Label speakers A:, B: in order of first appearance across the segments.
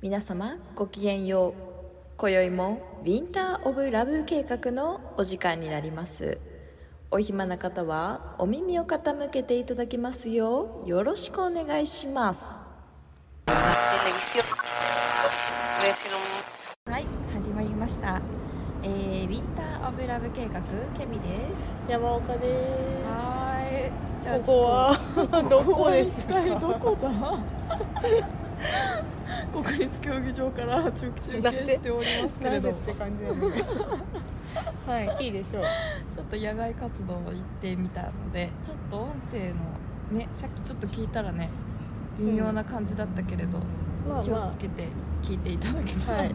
A: 皆様ごきげんよう今宵もウィンター・オブ・ラブ計画のお時間になりますお暇な方はお耳を傾けていただきますようよろしくお願いします
B: televisión. Televisión.
C: はい、始まりました。えー、ウィンターオブラブ計画ケミです。
A: 山岡です
C: はーい。じ
A: ここはどこです
C: 一体どこだ。国立競技場から中継しておりますけれども、
D: 感じだよね
C: はい、
D: いいでしょう
C: ちょっと野外活動を行ってみたので、ちょっと音声のね、さっきちょっと聞いたらね、微妙な感じだったけれど、
D: まあ
C: 気を
D: ま
C: つけて聞いていただけた
D: あ
C: ら、
D: はい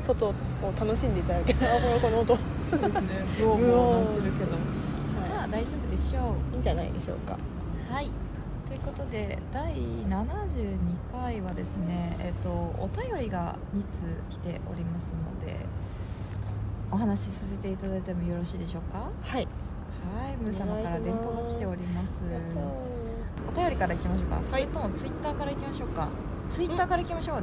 D: 外を楽しんでいただけたらこのこの音、は
C: そうですね。ブオブオなってるけど、まあ大丈夫でしょう。
D: い、いいんじゃないでしょうか
C: はい、ということで第72回はですね、えっとお便りが2通来ておりますのでお話しさせていただいてもよろしいでしょうか
D: はい
C: はい、ムー様から電報が来ております
D: は
C: お便りからいきましょうか、それともツイッターからいきましょうかツイッターからいきましょうね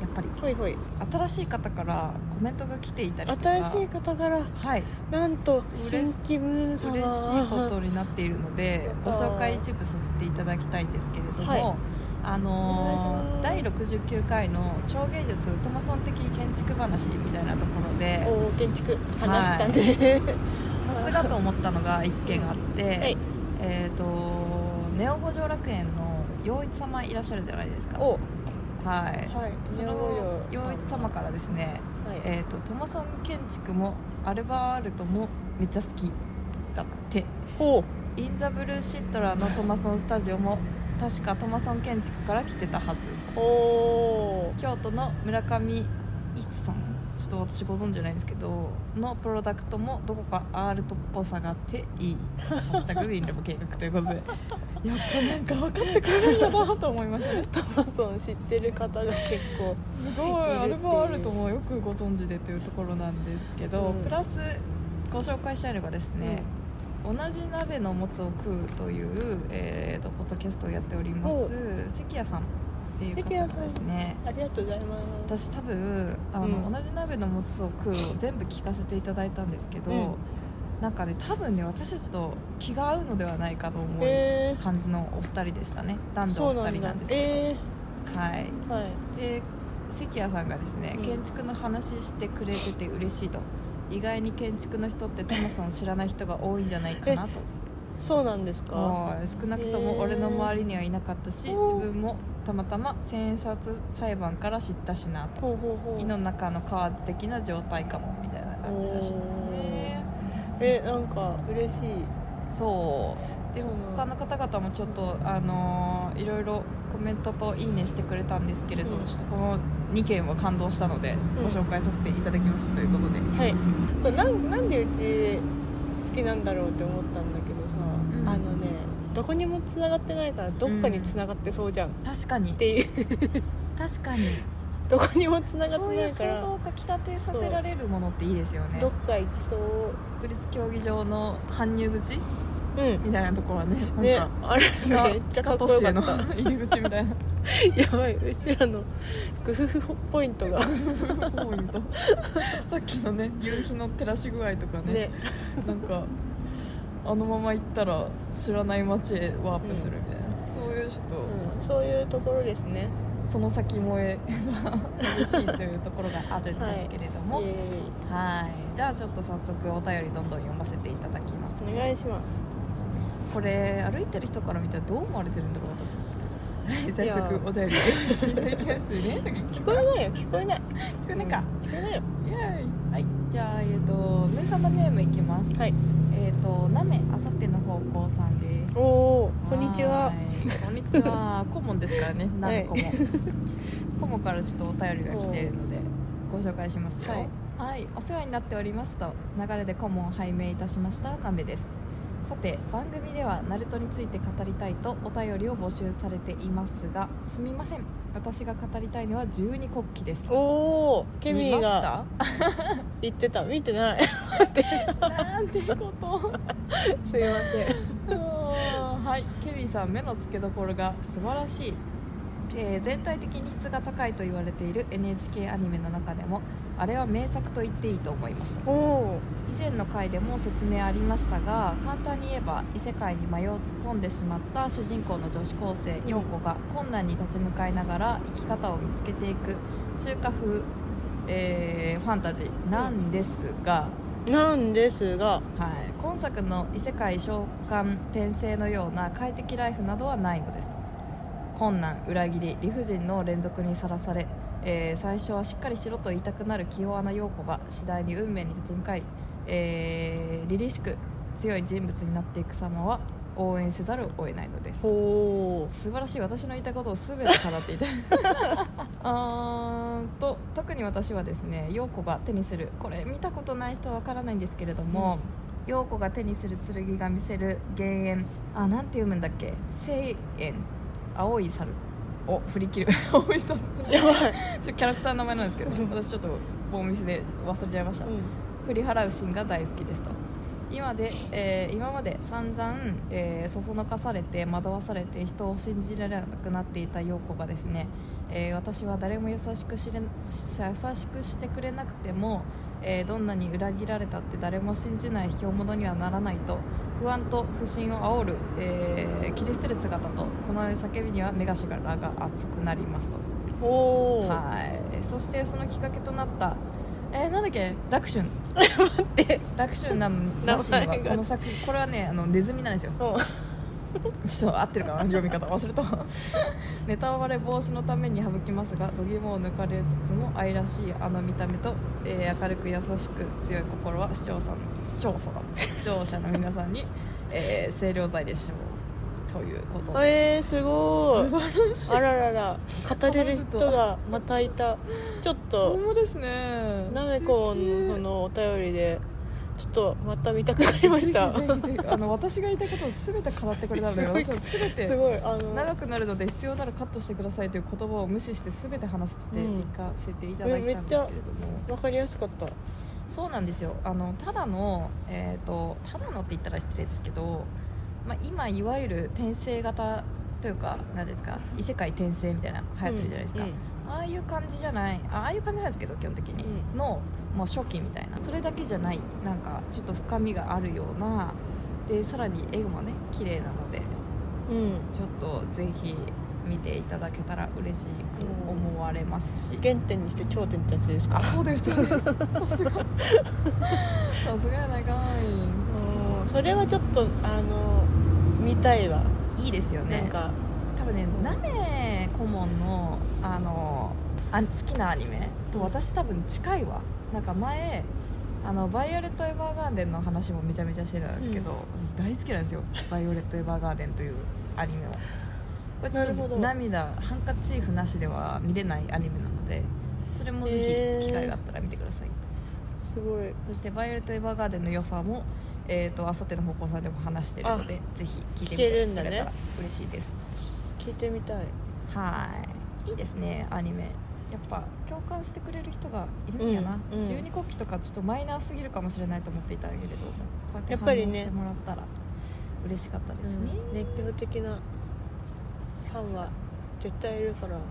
C: やっぱり
D: いはい
C: 新しい方からコメントが来ていたりとか
D: 新しい方から
C: はい
D: なんと新規ムー
C: 嬉
D: 様
C: しいことになっているのでご
D: やったー
C: 紹介一部させていただきたいんですけれども、
D: はい
C: あ
D: お願いし
C: の
D: ま
C: ー
D: す
C: 第69回の「超芸術トマソン的建築話」みたいなところで
D: おー建築話したね、
C: さすがと思ったのが1件あって、
D: い
C: えっ、とネオ五条楽園の陽一様いらっしゃるじゃないですか
D: お
C: はい
D: はい
C: その陽一様からですね
D: はい
C: 「えー、とトマソン建築もアルバールトもめっちゃ好き」だって
D: お
C: インザブルーシットラーのトマソンスタジオも確かトマソン建築から来てたはず
D: お
C: 京都の村上一さんちょっと私ご存知じゃないんですけどのプロダクトもどこかアールトっぽさがあってい い「ハッシュタグウィンレボ計画」ということでやっぱなんか分かってくれるんだなと思いましたね
D: タマソン知ってる方が結構
C: すごい
D: いるっていう
C: アルバールトもよくご存知でというところなんですけど、
D: うん
C: プラスご紹介したいのがですね、同じ鍋のもつを食うという、えー、とポッドキャストをやっておりま
D: お
C: す関谷さんっていう
D: 関
C: 方
D: 谷さ
C: が
D: ん
C: ですね
D: ありがとうございます
C: 私多分あの、
D: うん
C: 同じ鍋のもつを食うを全部聞かせていただいたんですけど、
D: うん
C: なんかね多分ね私たちと気が合うのではないかと思う
D: え
C: 感じのお二人でしたね男
D: ー、
C: 女
D: そ
C: お
D: うな
C: 二人
D: ん
C: な
D: だ
C: んですけ
D: え
C: ど、はい、
D: ー、はい
C: で関谷さんがですね、
D: うん
C: 建築の話してくれてて嬉しいと意外に建築の人ってトマソン知らない人が多いんじゃないかなと
D: そうなんですか
C: はい少なくとも俺の周りにはいなかったし
D: へー
C: 自分もたまたま千円札裁判から知ったしなと
D: ほうほうほ
C: 胃
D: う
C: の中の蛙的な状態かもみたいな感じらしいね
D: えなんか嬉しい
C: そうで
D: そうなの
C: 他の方々もちょっとあのーいろいろコメントと「いいね」してくれたんですけれど、
D: うん
C: ちょっとこの2件は感動したので、
D: うん
C: ご紹介させていただきましたということで、
D: はいそうなんなんでうち好きなんだろうって思ったんだけどさ、
C: ん
D: あのねどこにもつながってないからどこかにつながってそうじゃんっ
C: 確かに
D: ていう、
C: 確かに
D: どこにもつながっ
C: そう
D: て
C: い
D: な
C: う
D: いか
C: 想
D: ら
C: 像がきたてさせられるものっていいですよね
D: どっか行きそう
C: 国立競技場の搬入口
D: うん
C: みたいなところはね
D: ね
C: なんか
D: あれ
C: 地下
D: めっち
C: 地
D: ゃか
C: 下
D: っ
C: 都
D: こよ
C: 市
D: か
C: へ
D: っ
C: の
D: た
C: 入り口みたいな
D: やばいうちらのグフフポイントが
C: ポイントさっきのね夕日の照らし具合とかね
D: ね
C: なんかあのまま行ったら知らない街へワープするみたいな、そういう人、
D: うん、そういうところですね
C: その先萌えが激しいというところがあるんですけれども
D: イ
C: はい
D: エ
C: じゃあちょっと早速お便りどんどん読ませていただきます
D: ーイお願いします
C: これ歩いてる人から見たらどう思われてるんだろう私たちってはい
D: い
C: 早
D: や
C: 速お便り読ませていただきますね
D: 聞こえないよ聞こえない
C: 聞くねか、
D: 聞こえないよ
C: イエーイはいじゃあえっ、と目様ネームいきます
D: はい
C: えっ、となめあさっての方向さんです
D: おおこんにちはい
C: こんにちは。 顧問ですからね。
D: は
C: 何
D: い
C: 個も。顧問からちょっとお便りが来ているのでご紹介しますよ。は
D: はいい、
C: お世話になっておりますと流れで顧問を拝命いたしましたなめです。さて番組ではナルトについて語りたいとお便りを募集されていますがすみません私が語りたいのは十二国旗です
D: おおケミ
C: 見
D: ー
C: まし
D: が
C: た
D: 言ってた見てない
C: なんてこと
D: すいません
C: はい、ケビンさん目の付けどころが素晴らしい。えー全体的に質が高いと言われている NHK アニメの中でもあれは名作と言っていいと思いますと
D: おお
C: 以前の回でも説明ありましたが簡単に言えば異世界に迷い込んでしまった主人公の女子高生陽子が困難に立ち向かいながら生き方を見つけていく中華風、えーファンタジーなんですが、
D: ーなんですが
C: はい、今作の異世界召喚転生のような快適ライフなどはないのです困難裏切り理不尽の連続にさらされ、えー最初はしっかりしろと言いたくなる器用な陽子が次第に運命に立ち向かい、えー、凛々しく強い人物になっていく様は応援せざるを得ないのです
D: ほ
C: 素晴らしい私の言いたいことを全て語っていた あーんと特に私はですね陽子が手にするこれ見たことない人はわからないんですけれども、陽子が手にする剣が見せる幻炎あなんて読むんだっけ聖炎青い猿を振り切る 青い猿
D: うやばい、
C: ちょキャラクターの名前なんですけど私ちょっとボンミスで忘れちゃいました振り払うシーンが大好きですと今で、えー今まで散々、えーそそのかされて惑わされて人を信じられなくなっていた陽子がですね、えー私は誰も優しくしれ優しくしてくれなくても、えーどんなに裏切られたって誰も信じない卑怯者にはならないと不安と不信を煽る、えー切り捨てる姿とその叫びには目頭が熱くなりますと
D: うん、おお
C: はい、そしてそのきっかけとなった、えー、なんだっけ、楽 春。待って、楽春なの、
D: 名
C: 楽春
D: 前が
C: は、この作、これはね、あのネズミなんですよ。ちょっと合ってるかな、読み方忘れた。 ネタバレ防止のために省きますが、度肝を抜かれつつも、愛らしいあの見た目と。えー明るく優しく、強い心は視聴者の、視聴者だ、視聴者の皆さんに、えー、清涼剤でしょう。ということで。
D: えー、すごい
C: 素晴らしい。
D: あららら語れる人がまたいたちょっ
C: ほ
D: と
C: んまですね。
D: なめこのそのお便りでちょっとまた見たくなりました
C: ぜひぜひぜひあの私が言いたいことを全て語ってくれたので
D: すごい
C: 私は全
D: す
C: て
D: ごいあの
C: 長くなるので必要ならカットしてくださいという言葉を無視して全て話していかせていただいたんですけれども、
D: わかりやすかった
C: そうなんですよあのただの、えー、とただのって言ったら失礼ですけど、まあ、今いわゆる転生型というか何ですか異世界転生みたいな流行ってるじゃないですか、
D: うん
C: ああいう感じじゃないあああいう感じなんですけど基本的に、
D: う
C: の、まあ、初期みたいなそれだけじゃないなんかちょっと深みがあるようなでさらに絵もね綺麗なので
D: うん
C: ちょっとぜひ見ていただけたら嬉しく思われますし、
D: 原点にして頂点ってやつですか
C: あそうです そうですさすがさすがやないか
D: うんそれはちょっとあの見たいわ
C: いいいですよね
D: なんか
C: 多分ねなめ顧問のあのあ好きなアニメと私多分近いわなんか前あのバイオレット・エヴァーガーデンの話もめちゃめちゃしてたんですけど、私大好きなんですよバイオレット・エヴァーガーデンというアニメはこれちょっ
D: なるほ
C: と
D: ど
C: 涙ハンカチーフなしでは見れないアニメなのでそれもぜ
D: へ
C: ひ
D: ー
C: 機会があったら見てください、
D: すごい
C: そして「バイオレット・エヴァーガーデン」の良さもえー、とあさっての方向さんでも話してるのでぜひ聞い
D: 聞け
C: て
D: る
C: み
D: ん
C: て
D: だ
C: く
D: ね
C: れたら嬉しいです
D: 聞いてみたい
C: はいいいですねアニメやっぱ共感してくれる人がいるんやな、
D: うんうん
C: 十二国旗とかちょっとマイナーすぎるかもしれないと思っていたけれどもこうやって
D: やっぱ
C: 反応
D: りね
C: してもらったら嬉しかったですね、
D: うん熱狂的なファンは絶対いるから
C: さ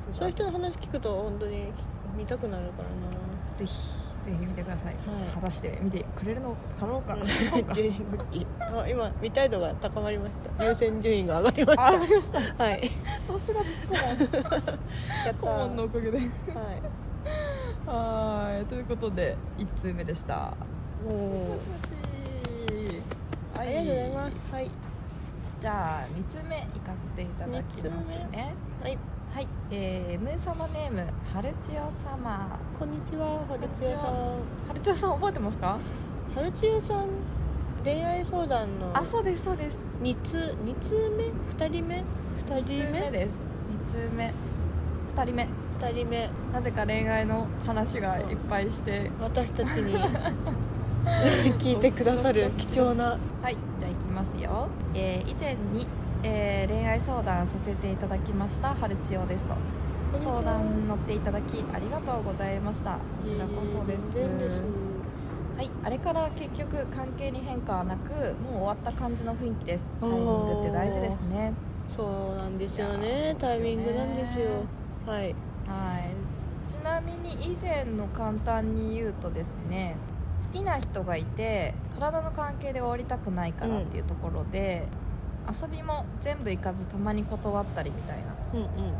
C: すが
D: そういう人の話聞くと本当に見たくなるから
C: ぜひぜひ見てください、
D: はい
C: 果たして見てくれるのかろう か、
D: な12期あ今見たい度が高まりました優先順位が上がりまし
C: あわかりました
D: たはい
C: さすがです顧問
D: やっ
C: 顧問のおかげで
D: は
C: はいということで一通目でした
D: いもう
C: パチパチパ
D: あ
C: チ
D: りがとうございますはい
C: じゃあ三つ目行かせていただきますね。
D: はい
C: はい、えー、ムー様ネームハルチオ様。
D: こんにちは春千代さん
C: ハルチオさん覚えてますか？
D: 春千代さん恋愛相談の
C: あ、そうですそうです。
D: 二通二通目二人目二
C: 二
D: 人
C: 通目
D: 目
C: です。二通目、二人目。
D: 二人目
C: なぜか恋愛の話がいっぱいして。
D: 私たち に聞いてくださる貴重な
C: はい、じゃあ行きますよ。えー、以前に、えー、恋愛相談させていただきましたハルチオですと。相談乗っていただきありがとうございました。こちらこそです。
D: 全然です
C: はい、あれから結局関係に変化はなくもう終わった感じの雰囲気ですタ
D: お
C: イ
D: ー
C: ミングって大事ですね
D: そうなんですよ
C: いや
D: ね
C: ー
D: タイミングなんです
C: そう
D: よ
C: ですよね
D: はい
C: はい、ちなみに以前の簡単に言うとですね好きな人がいて体の関係で終わりたくないからっていうところで、遊びも全部行かずたまに断ったりみたいな
D: うんうん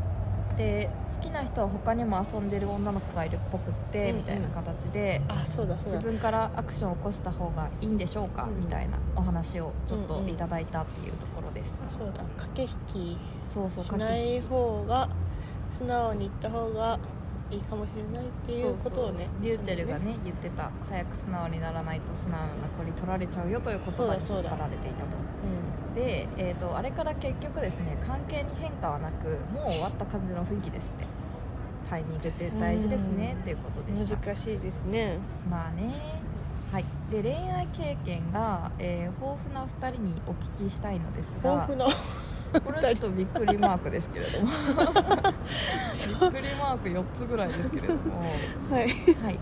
C: で好きな人は他にも遊んでる女の子がいるっぽくって、
D: うんうん
C: みたいな形で
D: あそうだそう
C: 自
D: だ
C: 分からアクションを起こした方がいいんでしょうか、
D: うん
C: みたいなお話をちょっ
D: うん
C: と
D: うん
C: いただいたっていうところです、
D: そうだ駆け引
C: そう
D: き
C: そう
D: しない方が素直に言った方がいいかもしれないっていうこと
C: そうそ
D: をね
C: うリューチェルが
D: そう
C: ね言ってた早く素直にならないと素直な子に取られちゃうよという言
D: そう
C: 葉
D: だ
C: に
D: そう
C: 引っ
D: だ
C: 張られていたとで、えー、とあれから結局ですね関係に変化はなくもう終わった感じの雰囲気ですってタイミングって大事ですね
D: うん
C: っていうことで
D: ね
C: した
D: 難しいですね
C: まあねはいで恋愛経験が、えー豊富な2人にお聞きしたいのです
D: 豊
C: が
D: 富な
C: これはちょっとびっくりマークですけれ どもびっくりマーク4つぐらいですけれども
D: は
C: は
D: い
C: い、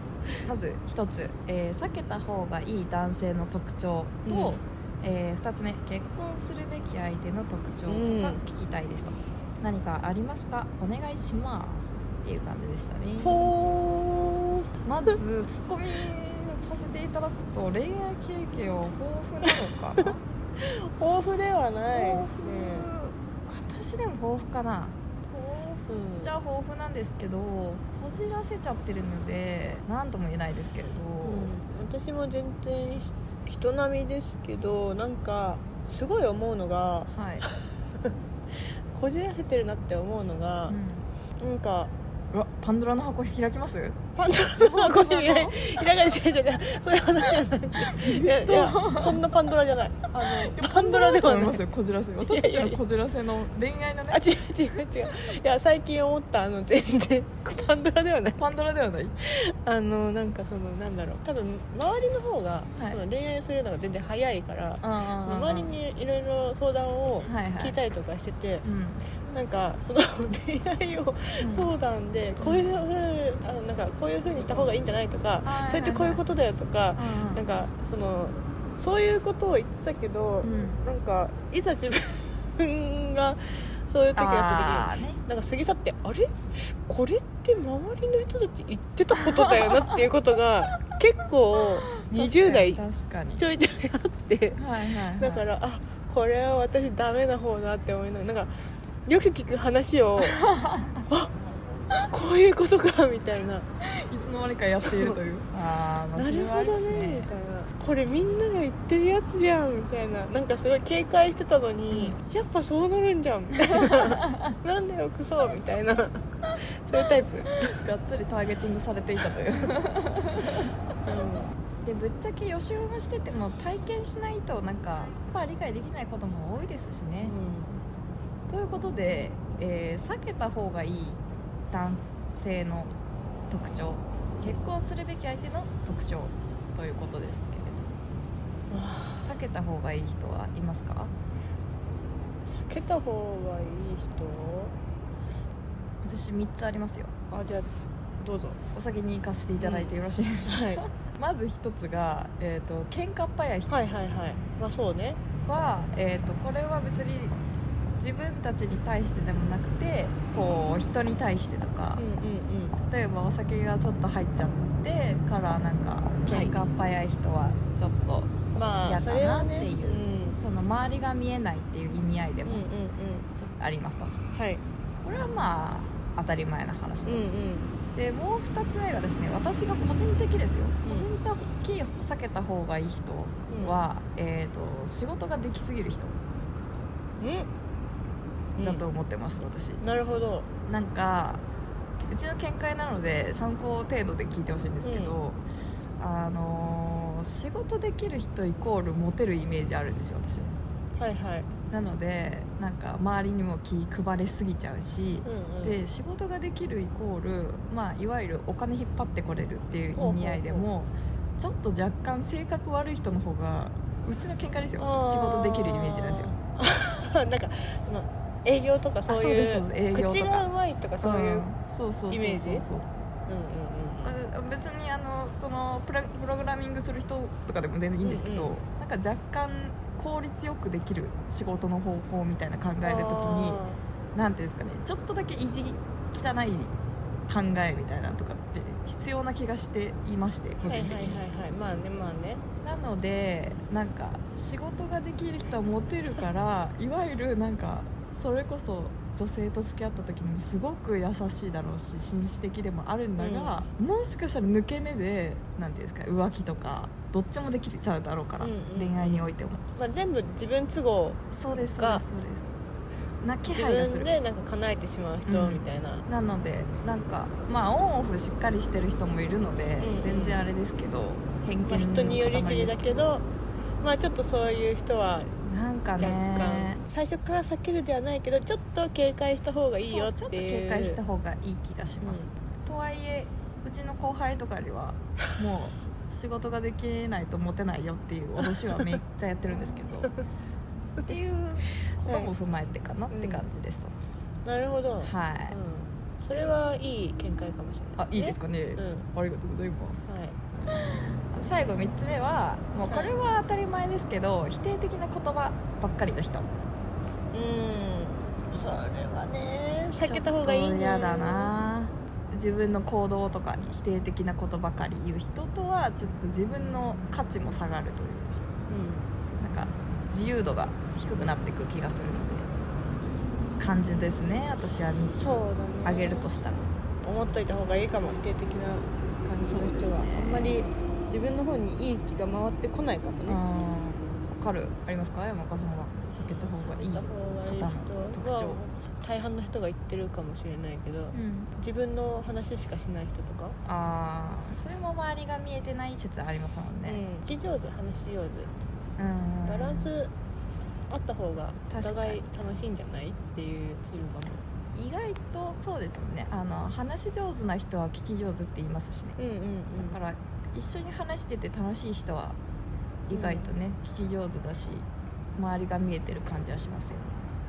C: まず1つ、えー避けた方がいい男性の特徴と、
D: うん
C: え2つ目結婚するべき相手の特徴とか
D: うん
C: 聞きたいですと、何かありますかお願いしますっていう感じでしたね
D: ほ
C: まずツッコミさせていただくと恋愛経験は豊富なのか
D: ー豊富で は
C: な
D: ない
C: 豊
D: ね
C: 富私でも豊富かな
D: うん
C: じゃあ豊富なんですけどこじらせちゃってるので何とも言えないですけれど、
D: うん私も全然人並みですけどなんかすごい思うのが
C: はい、
D: こじらせてるなって思うのが
C: う、ん
D: なんか
C: うわパンドラの箱開きます
D: パンドラの箱に開 開かれてるじゃないそういう話じゃないいやいやそんなパンドラじゃないあのパンドラでは
C: 思
D: ないい
C: ますよこじらせ私たちのこじらせの恋愛のね
D: あ違う違う違ういや最近思ったあの全然パンドラではない
C: パンドラではない
D: あのなんかそのなんだろう多分周りの方が、
C: はい
D: その恋愛するのが全然早いから周
C: 周
D: りにいろいろ相談を
C: はいはい
D: 聞いたりとかしてて、
C: うん
D: なんかその恋愛を相談でこういうふうあのなんかこういうふうにした方がいいんじゃないとか、
C: はい
D: それってこういうことだよとか、
C: うん
D: なんかそのそういうことを言ってたけど、
C: うん
D: なんかいざ自分がそういう時やった
C: あーね
D: 時になんか過ぎ去ってあれこれって周りの人たち言ってたことだよなっていうこと が結構20代
C: 確かに
D: ちょいちょいあって。
C: はいはいはい
D: だからあこれは私ダメな方だって思いながらなんかよく聞く話 をあこういうことかみたいない
C: つの間にかやっているというあーまあ
D: な
C: そ
D: る
C: れはあ
D: ほ
C: り
D: ど
C: ます
D: ねみたいなこれみんなが言ってるやつじゃんみたいななんかすごい警戒してたのに、やっぱそうなるんじゃんみたい ななんだよクソみたいなそういうタイプ、
C: がっつりターゲティングされていたというでぶっちゃけ予習もしてても体験しないとなんかやっぱ理解できないことも多いですしね、ということで、えー避けた方がいい男性の特徴結婚するべき相手の特徴ということですけれ
D: あ
C: ど避けた方がいい人はいますか
D: 避けた方がいい人
C: 私3つありますよ
D: あじゃあどうぞ
C: お先に行かせていただいてよろしいですか、
D: はい、
C: まず1つが、えー、と喧嘩っ早い人
D: はいはいはいまあそうね
C: は、えー、とこれは別に自分たちに対してでもなくてこう人に対してとか、
D: うんうんうん
C: 例えばお酒がちょっと入っちゃってからなんか喧嘩っ早い人はちょっと
D: まあ
C: 嫌
D: そ
C: だ
D: れは
C: な
D: ね
C: っていう
D: うん
C: その周りが見えないっていう意味合いで
D: うんう
C: も
D: ん
C: ちょっとありますと
D: うんはい
C: これはまあ当たり前な話
D: う
C: と、
D: ん
C: でもう2つ目がですね私が個人的ですよ
D: うん
C: 個人的避けた方がいい人
D: うん
C: は、えー、と仕事ができすぎる人
D: うん
C: だと思ってます、私
D: なるほど
C: なんかうちの見解なので参考程度で聞いてほしいんですけど、あのー仕事できる人イコールモテるイメージあるんですよ私
D: はいはい
C: なのでなんか周りにも気配れすぎちゃうし、
D: うんうん
C: で仕事ができるイコール、まあ、いわゆるお金引っ張ってこれるっていう意味合いでもちょっと若干性格悪い人の方がうちの見解ですよ
D: あー
C: 仕事できるイメージなんですよ
D: なんかその営業とかそう
C: そうです
D: い
C: そううです営業とか
D: 口がうまいとかそういううん
C: そうそうそうそう
D: イメージ
C: そう
D: うん
C: あ別にあのそのプラプログラミングする人とかでも全然いいんですけど、
D: うんう
C: なんか若干効率よくできる仕事の方法みたいな考える時になんていうんですかねちょっとだけ意地汚い考えみたいなのとかって必要な気がしていまして個
D: は
C: 人
D: いはい
C: 的に、
D: はいはいまあねまあね
C: なのでなんか仕事ができる人はモテるからいわゆるなんかそれこそ女性と付き合った時にすごく優しいだろうし紳士的でもあるんだが、もしかしたら抜け目でなんていうんですか浮気とかどっちもできちゃうだろうから、
D: うんうん
C: 恋愛においても
D: まあ全部自分都合
C: そうですそう
D: が
C: ですそうですな気
D: 自
C: 配がす
D: 分
C: る
D: でなんか叶えてしまう人
C: うん
D: みたいな、
C: なのでなんかまあオンオフしっかりしてる人もいるので、
D: うんうん
C: 全然あれですけど偏見の
D: まあ、
C: 塊
D: 人によりきりだ
C: です
D: けどまあちょっとそういう人は
C: なんか
D: 若
C: ね
D: 干最初から避けるではないけどちょっと警戒した方がいいよって
C: そうち
D: いう
C: ょっと警戒した方がいい気がします、とはいえうちの後輩とかに はもう仕事ができないとモテないよっていう脅しはめっちゃやってるんですけどっていうことも踏まえてかなって感じですと、
D: なるほど、
C: はい、
D: うん、それはいい見解かもしれな
C: あ
D: い、
C: いいです
D: か
C: かね、
D: うんは
C: ありがとうございます、
D: い
C: 最後3つ目はもうこれは当たり前ですけど否定的な言葉ばっかりの人
D: うんそれはね避けた方がいい
C: ちょっ
D: ね
C: と嫌だな自分の行動とかに否定的なことばかり言う人とはちょっと自分の価値も下がるという
D: う
C: かなんか自由度が低くなっていく気がするので感じですね私は
D: ん、
C: 3
D: そうだね
C: つあげるとしたら
D: 思っといた方がいいかも否定的な感じの
C: そうで
D: 人
C: す
D: は、
C: ね
D: あんまり自分の方にいい気が回ってこないかも
C: あー
D: ね
C: わかるありますか山岡さんは避けた方がいい
D: 避けた方がいい人は
C: 特徴
D: 大半の人が言ってるかもしれないけど、
C: うん
D: 自分の話しかしない人とか、
C: あーそれも周りが見えてない説ありますもんね、
D: うん聞き上手話し
C: う
D: 上手
C: ん
D: バランスあった方がお
C: 確かに
D: 互い楽しいんじゃないっていうするかも
C: 意外とそうですよねあの話し上手な人は聞き上手って言いますしね
D: うんうんうん
C: だから一緒に話してて楽しい人は意外とね、聞き上手だし周りが見えてる感じはしますよ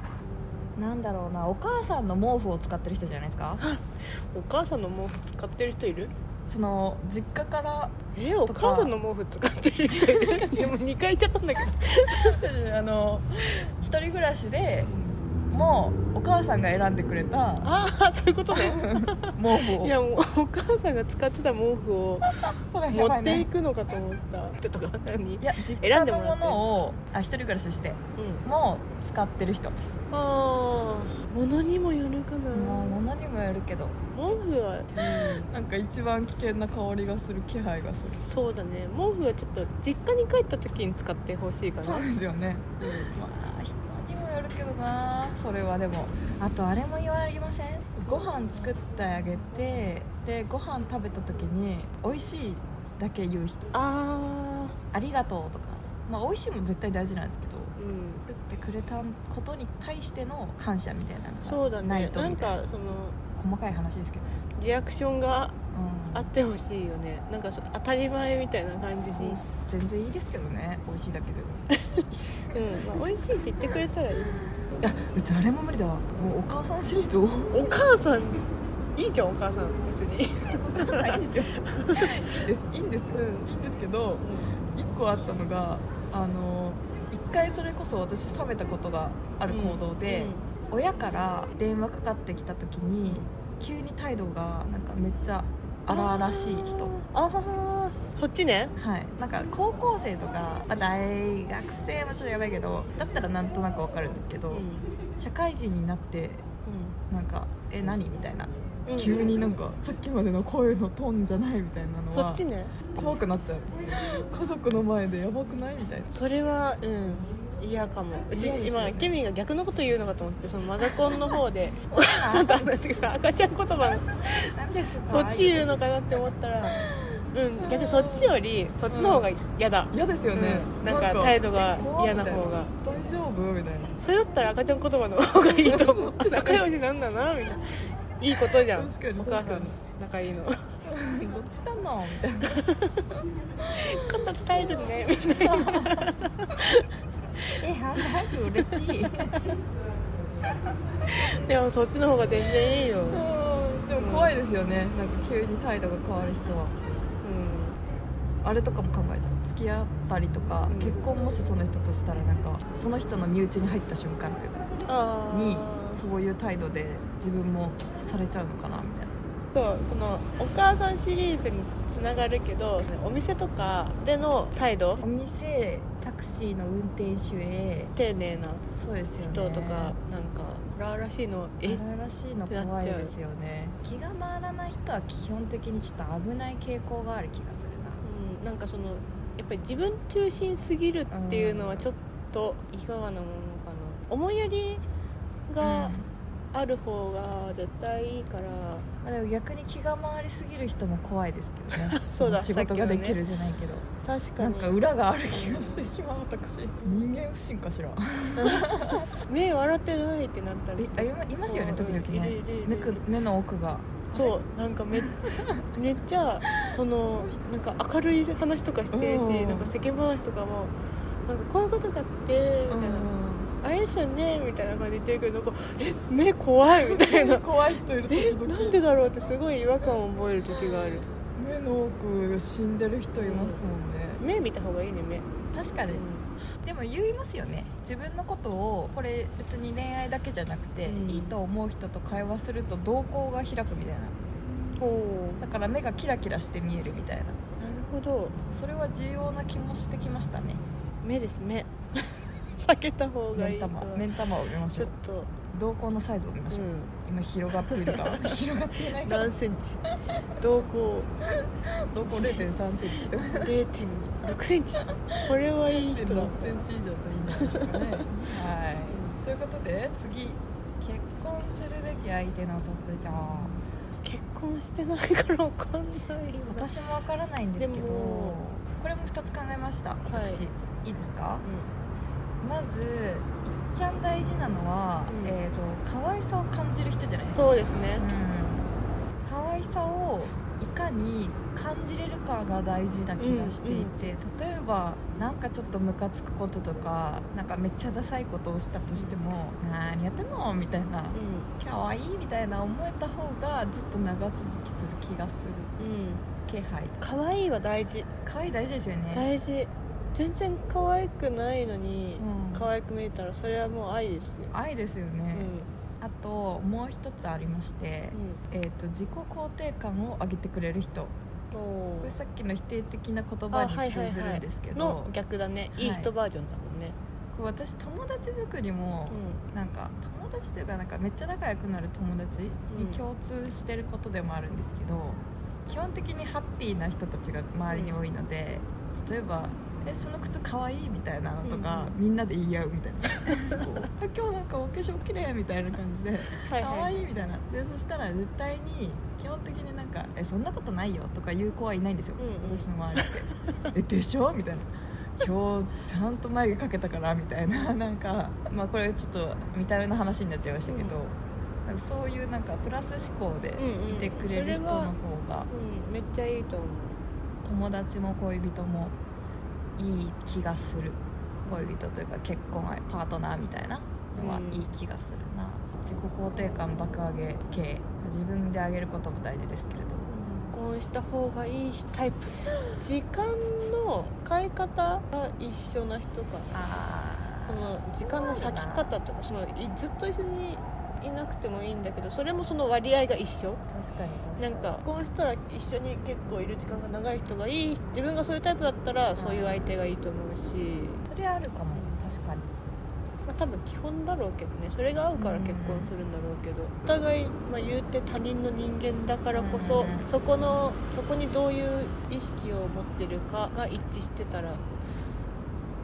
C: ねなんだろうなお母さんの毛布を使ってる人じゃないですか
D: お母さんの毛布使ってる人いる
C: その実家から
D: えお母さんの毛布使ってる人い るでも2回言っちゃったんだけど
C: あの一人暮らしでもうお母さんが選んでくれた
D: ああそういうことね
C: 毛布を
D: いやもうお母さんが使ってた毛布を
C: それ
D: 持
C: やば
D: っ
C: い
D: てい
C: ね
D: くのかと思った人とか何うん
C: いや実
D: 選
C: 家
D: んで
C: の
D: も
C: も
D: らってる
C: のをあ一人暮らししてもう使ってる人
D: ああ物にもよるかな
C: もう物にもよるけど
D: 毛布は、
C: なんか一番危険な香りがする気配がする
D: そうだね毛布はちょっと実家に帰った時に使ってほしいかな
C: そうですよねまあ人にもよるけどなそれはでもあとあれも言われませんご飯作ってあげてでご飯食べた時に美味しいだけ言う人
D: あ
C: ありがとうとかまあ美味しいも絶対大事なんですけど
D: あうん
C: 作ってくれたことに対しての感謝みたいな
D: そ
C: の
D: うだ
C: がない
D: ね
C: と
D: なん
C: みたいな
D: かその
C: 細かい話ですけど、
D: リアクションが
C: うん、
D: あってほしいよねなんかそ当たり前みたいな感じに
C: 全然いいですけどね美味しいだけでも
D: うん、まあ、美味しいって言ってくれたらいい
C: いやうちあれも無理だわもうお母さんシリーズを
D: お母さんいいじゃんお母さん別に
C: いいんですよいいですいいんですよ、
D: う
C: いいんですけど1個あったのがあの1回それこそ私冷めたことがある行動で、親から電話かかってきた時に急に態度がなんかめっちゃ荒々しい人
D: あーあーそっちね
C: はい、なんか高校生とか、まあ、大学生もちょっとやばいけどだったらなんとなくわかるんですけど、社会人になってなんか「え何?」みたいな、
D: うん
C: 急になんかさっきまでの声のトーンじゃないみたいなのは
D: そっちね
C: 怖くなっちゃう家族の前でやばくないみたいな
D: それはうん嫌かもうち
C: 嫌ですよね
D: 今ケミンが逆のこと言うのかと思ってそのマザコンの方 でお母さんと話してさ赤ちゃん言葉の
C: 何でしょう
D: そっち言うのかなって思ったらうん逆にそっちよりそっちの方が嫌だ、
C: 嫌ですよね、
D: うんなんか態度が嫌
C: 怖みたい
D: な方が
C: な大丈夫みたいな
D: それだったら赤ちゃん言葉の方がいいと 思う仲良しなんだなみたいないいことじゃんお
C: 確かに
D: 母さ
C: 確か
D: ん
C: に
D: 仲いいの
C: どっちかなみたいな
D: 今度帰るねみたいな
C: え早く嬉しい
D: でもそっちの方が全然いいよ、うん、
C: でも怖いですよねなんか急に態度が変わる人はあれとかも考えちゃう付き合ったりとか、
D: うん
C: 結婚もしその人としたらなんかその人の身内に入った瞬間っていうか
D: あ
C: に
D: ー
C: そういう態度で自分もされちゃうのかなみたいな
D: そうそのお母さんシリーズにつながるけどそのお店とかでの態度
C: お店タクシーの運転手へ
D: 丁寧な
C: そうですよね
D: 人とかなんかラーらしいの
C: え
D: え
C: らしいの怖いですよね気が回らない人は基本的にちょっと危ない傾向がある気がするな
D: うん、なんかそのやっぱり自分中心すぎるっていうのはちょっといかがなものかな思いやりがある方が絶対いいから、
C: まあでも逆に気が回りすぎる人も怖いですけど ね
D: そうだ
C: 仕事が
D: さっきの
C: で
D: ね
C: きるじゃないけど、
D: 確か
C: なん
D: に
C: か裏がある気がしてしまう私人間不信かしら
D: 目笑ってないってなったりして
C: えあいますよね
D: うん
C: 時々ね
D: いるいるいる
C: 目く目の奥が
D: そうなんかめ めっちゃそのなんか明るい話とかしてるし、
C: うん
D: なんか世間話とかもなんかこういうことがあってみたいな、あれですよねみたいな感じで言ってるけどなんかえ目怖いみたい な
C: 怖い人いる
D: え なんでだろうってすごい違和感を覚える時がある
C: 目の奥死んでる人いますもんね、
D: 目見た方がいいね目、
C: 確かにでも言いますよね自分のことをこれ別に恋愛だけじゃなくて、
D: うん
C: いいと思う人と会話すると瞳孔が開くみたいな
D: おお
C: だから目がキラキラして見えるみたいな
D: なるほど
C: それは重要な気もしてきましたね
D: 目です目 避けた方がい
C: 目
D: い
C: ん
D: と
C: 玉目ん玉を見まし
D: ち
C: ょ
D: ょ
C: う
D: っと、
C: 瞳孔のサイズを見ましょう、今広がっている か広がっていな
D: う
C: い
D: ん、
C: か
D: 何センチ瞳孔
C: 瞳孔0 3センチとか
D: 0.6センチこれはいい人だ
C: 6センチ以上といいんじゃないですかね はいということで次結婚するべき相手のトップじゃん
D: 結婚してないからわかんないよな、
C: 私もわからないんですけど
D: でも
C: これも2つ考えました
D: い
C: 私、い、いですかまずいっちゃん大事なのは、
D: うん
C: えー、と可愛さを感じる人じゃないですか、
D: そうですね
C: うん、可愛さをいかに感じれるかが大事な気がしていて、例えばなんかちょっとムカつくこととかなんかめっちゃダサいことをしたとしても「何やってんの?」みたいな
D: う
C: 「可愛いみたいな思えた方がずっと長続きする気がする
D: んうん
C: 気配
D: 可愛いは大事
C: 可愛い大事ですよね
D: 大事全然可愛くないのに、
C: うん
D: 可愛く見えたらそれはもう愛ですね
C: 愛ですよね、あともう一つありまして、
D: う
C: えー、と自己肯定感を上げてくれる人こ
D: ん、お
C: れさっきの否定的な言葉
D: あ
C: に
D: はいはいはい
C: 通ずるんですけど、
D: の逆だねいい人バージョンだもんね、
C: こう私友達作りも、なんか友達というかなんかめっちゃ仲良くなる友達に共通してることでもあるんですけど、基本的にハッピーな人たちが周りに多いので、例えば「えその靴かわいい」みたいなのとか、
D: う
C: みんなで言い合うみたい な「こうあ今日なんかお化粧綺麗みたいな感じで。
D: は
C: 可愛
D: い
C: いみたいなでそしたら絶対に基本的になんか「えそんなことないよ」とか言う子はいないんですよ、
D: うんうん
C: 私の周りって「えでしょ?」みたいな「今日ちゃんと眉毛かけたから」みたいな なんかまあこれちょっと見た目の話になっちゃいましたけど、なんかそういうなんかプラス思考で
D: うんうん
C: いてくれる人の方が
D: うん、めっちゃいいと思う
C: 友達も恋人もいい気がする恋人というか結婚相パートナーみたいなのは
D: うん
C: いい気がするな、自己肯定感爆上げ系自分で上げることも大事ですけれど
D: 結婚した方がいいタイプ時間の使い方が一緒な人かな
C: あ
D: その時間の割き方とかそのいずっと一緒にいなくてもいいんだけどそれもその割合が一緒
C: 確かに確か
D: なんかこうしたら一緒に結構いる時間が長い人がいい自分がそういうタイプだったらそういう相手がいいと思うし、
C: にそれあるかも確かに
D: まあ、多分基本だろうけどねそれが合うから結婚するんだろうけど、お互い、まあ、言うて他人の人間だからこそ、
C: うん
D: そこのそこにどういう意識を持ってるかが一致してたら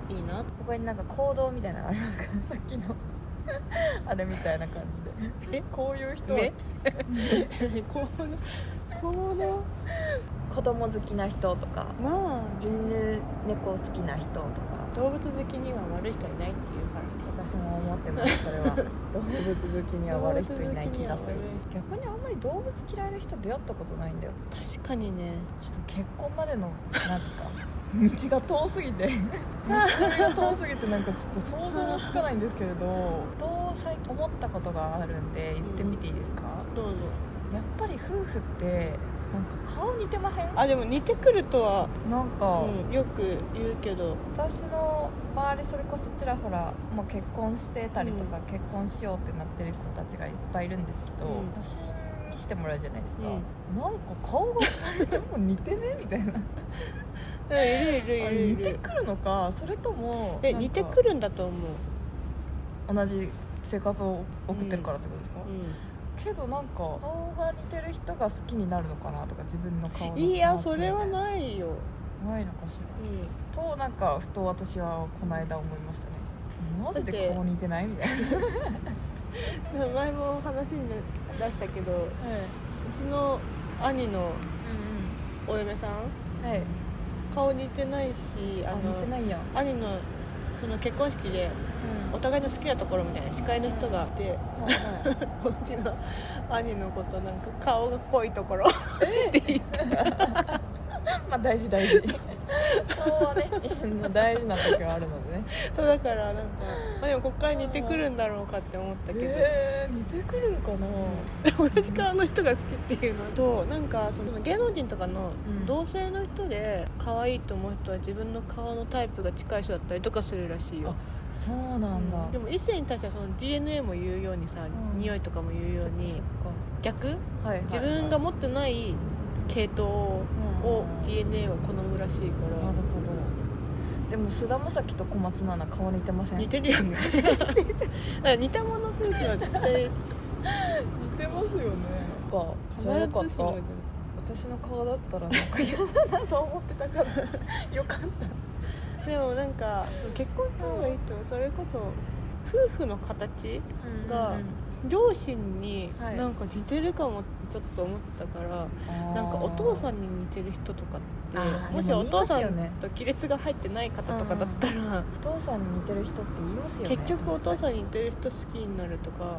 D: いいな
C: 他になんか行動みたいなのありますかさっきの あれみたいな感じで
D: え
C: こういう人は
D: 目行動行動
A: 子供好きな人とか
D: まあ
A: 犬猫好きな人とか
D: 動物的には悪い人いないっていうからね
C: 私も思ってま すそれは動物好きには悪い人いない気がする
D: 動物好
C: 逆にあんまり動物嫌いな人出会ったことないんだよ
D: 確かにね
C: ちょっと結婚までのなん ですか道が遠すぎて道が遠すぎてなんかちょっと想像がつかないんですけれどと最近思ったことがあるんで言ってみていいですか、
D: どうぞ
C: やっぱり夫婦ってなんか顔似てません
D: あでも似てくるとは、
C: なんか、
D: うんよく言うけど
C: 私の周りそれこそちらほらもう結婚してたりとか、
D: う
C: 結婚しようってなってる子たちがいっぱいいるんですけど、
D: うん
C: 写真見せてもらうじゃないですか、
D: う
C: なんか顔が2人とも似てねみ たいな
D: うんいるいるい
C: あ
D: る
C: れ
D: い
C: 似て
D: る
C: くるのかそれとも
D: え
C: なんか
D: 似てくるんだと思う、
C: 同じ生活を送ってるからってことですか、けどなんか顔が似てる人が好きになるのかなとか自分の顔の
D: いやそれは
C: な
D: ないよ、
C: ないのかしら
D: うん
C: となんかふと私はこの間思いましたねマジ
D: だって
C: で顔似てないみたいな、
D: 前も話に出したけどうちの兄の
C: う
D: お嫁さん
C: んうんはい
D: 顔似てないしあ
C: あ
D: の
C: 似てないやん、
D: 兄のその結婚式でお互いの好きなところみたいな司会の人があって
C: はいはい、
D: うちの兄のことなんか顔が濃いところって言って
C: まあ大事大事顔はね 大事な時はあるのでね
D: そうだからなんか、まあ、でもこっから似てくるんだろうかって思ったけど、
C: えー、似てくるのかな、
D: 同じ顔の人が好きっていうの となんかその芸能人とかの
C: うん
D: 同性の人で可愛いと思う人は自分の顔のタイプが近い人だったりとかするらしいよ
C: そうなんだ、
D: でも異性に対してはその DNA も言うようにさ、
C: うん
D: 匂いとかも言うように
C: そっかそ
D: 逆
C: っかはいはい
D: 自分が持ってない系統を
C: うん
D: DNA は好むらしいか
C: なる
D: ら
C: ほどでも菅田将暉と小松菜奈顔似てません
D: 似てるよね だから似たもの夫婦は絶対
C: てますよねか
D: 必
C: じゃあよかっ
D: ずしたも
C: 私の顔だったらなんか嫌だなと思ってたからよかっ
D: でもなんか結婚した方がいいとそれこそ夫婦の形
C: た
D: が両親に
C: はい
D: なんか似てるかもってちょっと思ったから、なんかお父さんに似てる人とかって
C: あー
D: もし
C: でも
D: お父さ
C: 言い
D: ん
C: ますよね
D: と亀裂が入ってない方とかだったら、
C: お父さんに似てる人って言いますよね
D: 結局お父
C: ん、
D: さんに似てる人好きになるとか、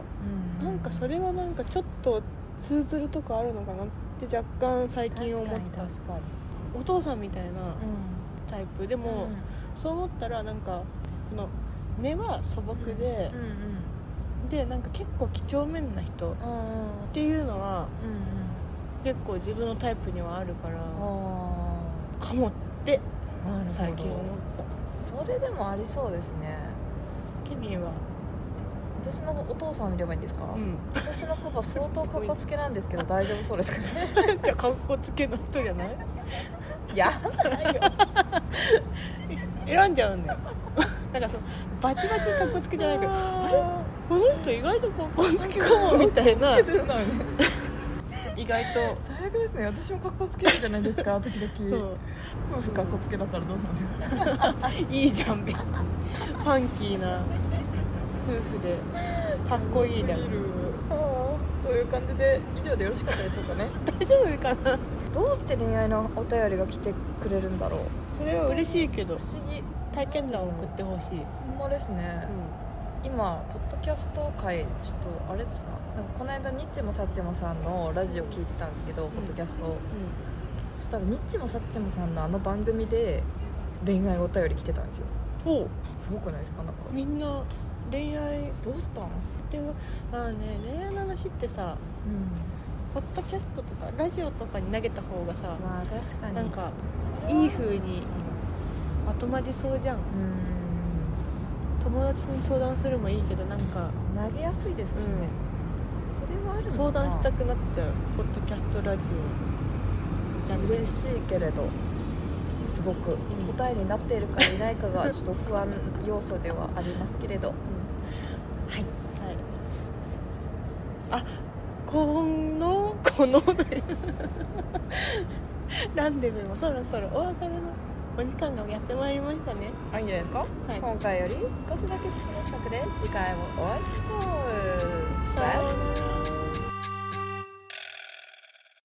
C: う
D: なんかそれはなんかちょっと通ずるとこあるのかなって若干最
C: 確
D: 近
C: か
D: 思
C: に
D: った
C: 確かに
D: お父さんみたいなタイプでも、
C: うん
D: そう思ったらなんかその目は素朴で
C: う、ん
D: でなんか結構几帳面な人っ
C: うんうん
D: ていうのは
C: うんうん
D: 結構自分のタイプにはあるから
C: あ
D: かもって
C: ーなるほど
D: 最近思った
C: それでもありそうですね
D: ケミンは
C: 私のお父さんを見ればいいんですか、
D: ん
C: 私のパパ相当かっこつけなんですけど大丈夫そうですかね
D: じゃあかっこつけの人じゃ ない
C: いや
D: 選んじゃうんだよ なんかそのバチバチかっこつけじゃ ないけど
C: あ
D: この人意外とかっこつけかもみたいな
C: れつけてるなみたいな
D: 意外と
C: 最悪ですね私も格好つけるじゃないです か時々夫婦格好つけだったらどうしますよ
D: いいじゃん別にファンキーな夫婦でかっこいいじゃん
C: という感じで以上でよろしかったでしょうかね
D: 大丈夫かな
C: どうして恋愛のお便りが来てくれるんだろう
D: それは嬉しいけど
C: 不思議
D: 体験談を送ってほしい、
C: ほんまですね、今ポッドキャスト界ちょっとあれですかなんかこの間ニッチもサッチもさんのラジオ聞いてたんですけど、ポッドキャストそしたらニッチもサッチもさんのあの番組で恋愛お便り来てたんですよ
D: ほう
C: すごくないですかなんか
D: みんな恋愛っ
C: どうしたん、
D: てあのね恋愛の話ってさポッドキャストとかラジオとかに投げた方がさ
C: まあ確かに
D: なんか
C: それはい
D: い風にまとまりそうじゃん
C: うん
D: 友達に相談するもいいけどなんか
C: 投げやすいですしね、それはあるの
D: 相談した
C: く
D: くなっちゃうポッドキャストラジオじゃん
C: 嬉しいけれどすごく答えになっているかいないか がちょっと不安要素ではありますけれどはい
D: はい。あ、このこのランデブーもそろそろお別れのお時間がやってまいりましたね。
C: あいいんじゃないですか、
D: はい
C: 今回より少しだけ月の近くで次回もお会いしましょうさようなら
D: さようなら